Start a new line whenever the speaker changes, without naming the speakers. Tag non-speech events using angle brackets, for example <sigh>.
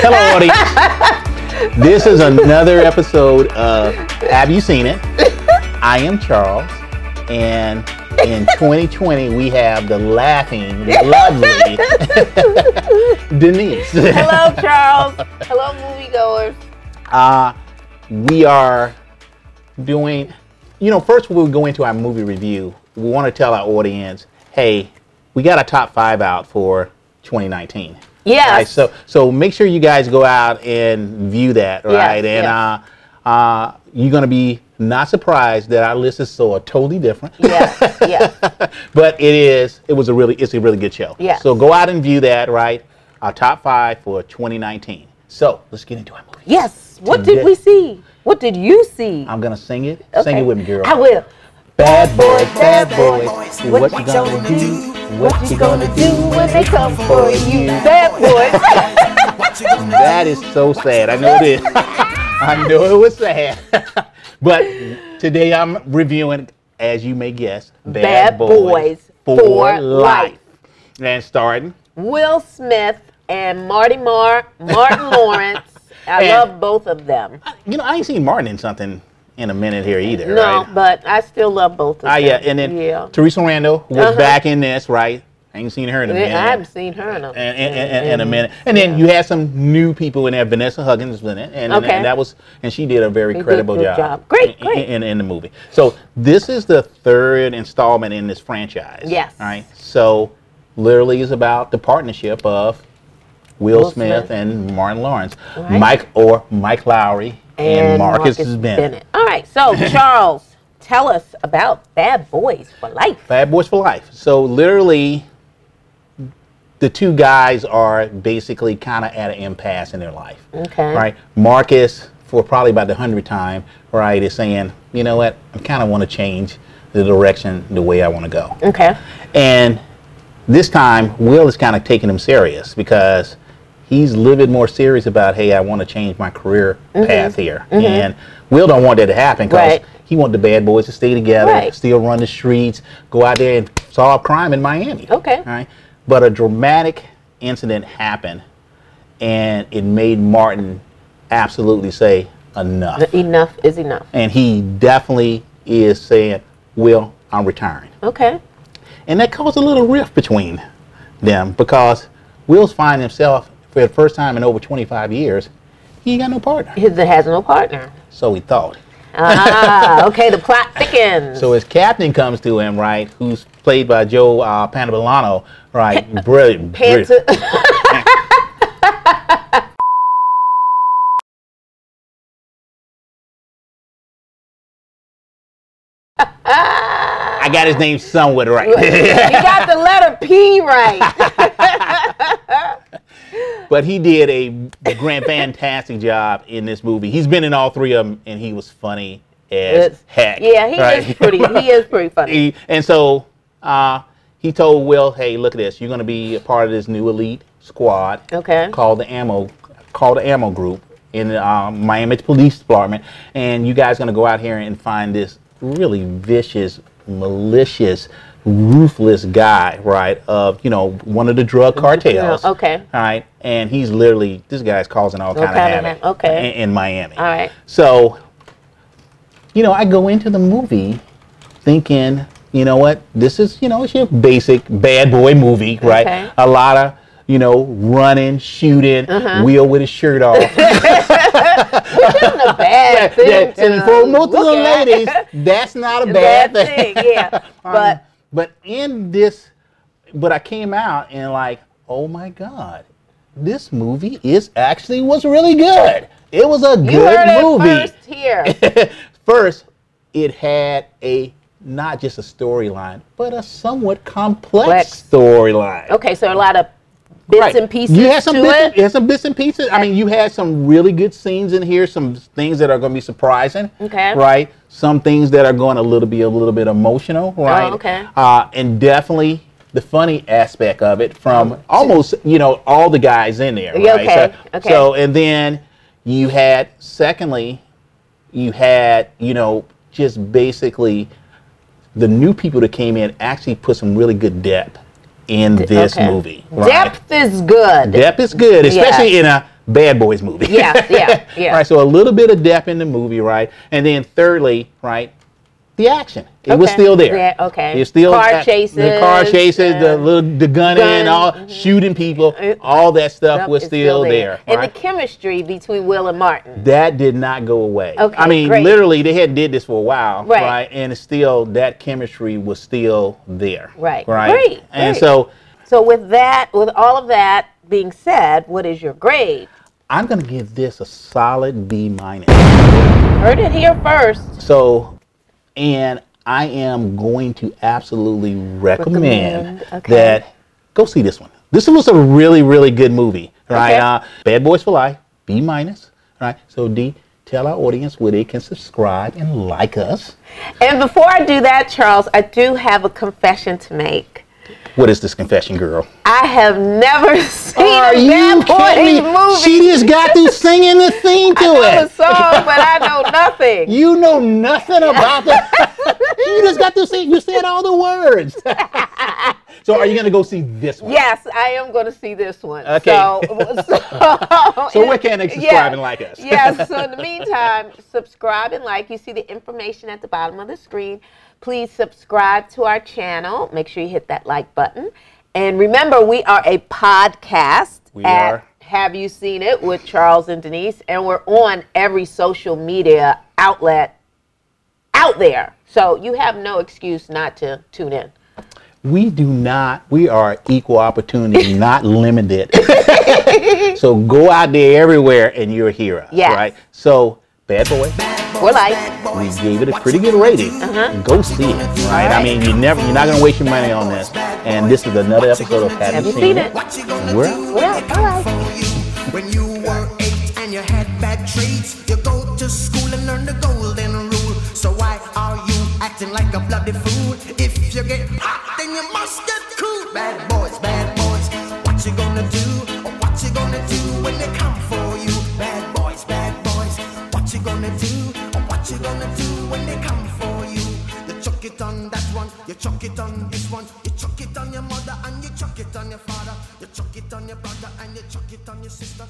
Hello, audience. This is another episode of Have You Seen It? I am Charles, and in 2020 we have the laughing, lovely <laughs> Denise.
<laughs> Hello, Charles. Hello, moviegoers.
Uh, we are doing, you know, first we'll go into our movie review. We want to tell our audience, hey, we got a top five out for 2019.
Yes.
Right, so so make sure you guys go out and view that, right? and
yes.
uh, uh, you're gonna be not surprised that our list is so uh, totally different.
Yeah,
<laughs>
yeah.
but it is it was a really it's a really good show.
Yeah.
So go out and view that, right? Our top five for 2019. So let's get into our movie.
Yes. What did we see? What did you see?
I'm gonna sing it. Sing it with me, girl.
I will.
Bad boys, bad boys.
boys.
What, you gonna, do? What you gonna
Do
do?
when they come for you, bad boys.
That is so sad. I know it is. <laughs> I know it was sad. <laughs> but today I'm reviewing, as you may guess,
Bad Boys for Life.
And starting,
<laughs> Will Smith and Marty Mar,
<laughs>
Martin Lawrence. I
And-
love both of them.
you know, I ain't seen Martin in something in a minute here either,
No,
right?
but I still love both of them.
Ah, yeah, and then
yeah.
Teresa Randall was
Uh-huh.
back in this, right? I ain't seen her in a
I
minute.
haven't seen her in a
in, in, in, in a
Mm-hmm.
minute. And then you had some new people in there. Vanessa Huggins was in it, and, and-
Okay.
and that was and she did a very
did a
credible
good
job.
job. Great,
in,
great.
In, in the movie. So this is the third installment in this franchise.
Yes.
All right. So literally is about the partnership of Will,
Will
Smith,
Smith.
and Martin Lawrence,
Right.
Mike or Mike Lowry and, Marcus, Bennett.
All right,
<laughs>
so Charles, tell us about Bad Boys for Life.
Bad Boys for Life. So literally, the two guys are basically kind of at an impasse in their life.
Okay.
Right. Marcus, for probably about the hundredth time, right, is saying, you know what, I kind of want to change the direction, the way I want to go.
Okay.
And this time, Will is kind of taking him serious because he's a little bit more serious about, hey, I want to change my career path here. And Will don't want that to happen because
Mm-hmm. Right.
he want the bad boys to stay together,
Right.
still run the streets, go out there and solve crime in Miami.
Okay.
Right? But a dramatic incident happened, and it made Martin absolutely say, enough.
Enough is enough.
And he definitely is saying, Will, I'm retiring.
Okay.
And that caused a little rift between them because Will's find himself for the first time in over 25 years, he ain't got no partner.
His that has no partner.
So he thought. <laughs>
Ah, okay, the plot thickens.
So his captain comes to him, right, who's played by Joe uh, Panabalano,
<laughs>
right? Brilliant.
Pants-
brilliant. I got his name somewhat right.
<laughs> you got the letter P right.
<laughs> but he did a grand fantastic job in this movie. He's been in all three of them, and he was funny as
It's-
heck.
yeah, he
right? <laughs>
is pretty. He is pretty funny.
He- and so uh, he told Will, "Hey, look at this. You're going to be a part of this new elite squad
Okay.
called the Ammo, called the Ammo Group in uh, Miami Police Department, and you guys going to go out here and find this really vicious, malicious." ruthless guy right of you know one of the drug cartels
Yeah, okay.
all right and he's literally this guy's causing all kind of
kind of
havoc
ha- okay.
in, in miami
All right.
so, you know, I go into the movie thinking, you know what, this is, you know, it's your basic bad boy movie, right?
Okay.
A lot of, you know, running, shooting,
Uh-huh.
Will with his shirt
<laughs>
off.
Isn't a bad thing.
and
to
for most of the
look at.
ladies, that's
<laughs>
not a
bad
bad,
thing. Yeah, but
<laughs> but in this, but I came out and like, oh my god, this movie is actually was really good. It was a
you
good
heard
movie.
it first here.
<laughs> First, it had a not just a storyline, but a somewhat complex
Complex.
storyline.
Okay, so a lot of bits and pieces
You had some
to
bits,
it.
you had some bits and pieces. I mean, you had some really good scenes in here. Some things that are going to be surprising.
Okay.
Right. Some things that are going to little be a little bit emotional. Right.
Oh, okay.
Uh, and definitely the funny aspect of it from almost you know all the guys in there.
Um, Yeah,
Right?
okay,
So,
okay.
so and then you had secondly, you had you know just basically the new people that came in actually put some really good depth in this
Okay.
movie. Right?
Depth is good.
Depth is good, especially
Yeah.
in a bad boys movie.
Yeah, yeah, yeah.
<laughs> right. So a little bit of depth in the movie, right? And then thirdly, right, the action. It was
Okay.
still there.
Yeah, okay.
It's still
Car
uh, The car
chases,
chases, the
uh,
little the gunning,
gun, Mm-hmm. Uh,
all shooting people, all that stuff
Yep,
was
it's
still, there.
And
right?
the chemistry between Will and Martin.
that did not go away.
Okay,
I mean,
great.
literally, they had did this for a while,
Right.
right? And it's still that chemistry was still there,
Right.
Right.
Great,
And
great.
so
So with that, with all of that being said, what is your grade?
I'm gonna give this a solid B minus.
Heard it here first.
So, and I am going to absolutely recommend,
Recommend, okay.
that go see this one. This was a really, really good movie, right?
Okay.
Uh, Bad Boys for Life, B minus, right? So D, tell our audience where they can subscribe and like us.
And before I do that, Charles, I do have a confession to make.
What is this confession, girl?
I have never <laughs> seen
Are
a
you
Bad
kidding
Boys
me?
movie.
She just got through
<laughs>
singing the thing to
I know
it.
the song, but I
<laughs>
know nothing.
You know nothing about
<laughs>
the. you just got to say you said all the words. <laughs> so are you gonna go see this one?
Yes, I am going to see this one.
Okay. <laughs>
So, so,
So where can they subscribe
Yeah.
and like us?
yes. So
<laughs>
in the meantime, subscribe and like. You see the information at the bottom of the screen. Please subscribe to our channel. Make sure you hit that like button. And remember, we are a podcast.
We
at
are.
Have you seen it with Charles and Denise? And we're on every social media outlet out there. So you have no excuse not to tune in.
We do not. We are equal
<laughs>
opportunity, not limited. so go out there everywhere and you'll hear us.
Yes.
Right. So bad boy.
We're like. Uh-huh.
We gave it a pretty good rating. Go see it, right? I mean, you never, you're not gonna waste your money on this. And this is another episode of Have,
Have you seen it?
What you gonna
We're
do
We're out. Bye.
for you when you were eight and you had bad traits? You go to school and learn the golden rule. So why are you acting like a bloody fool? If you get hot, then you must get cool. Bad boys, bad boys, what you gonna do? Or what you gonna do when they come for you? Bad boys, bad boys, what you gonna do? Or what you gonna do when they come for you? You chuck it on that one, you chuck it on this one, you chuck it on your mother and you chuck it on your father, you chuck it on your brother and you chuck it on your sister.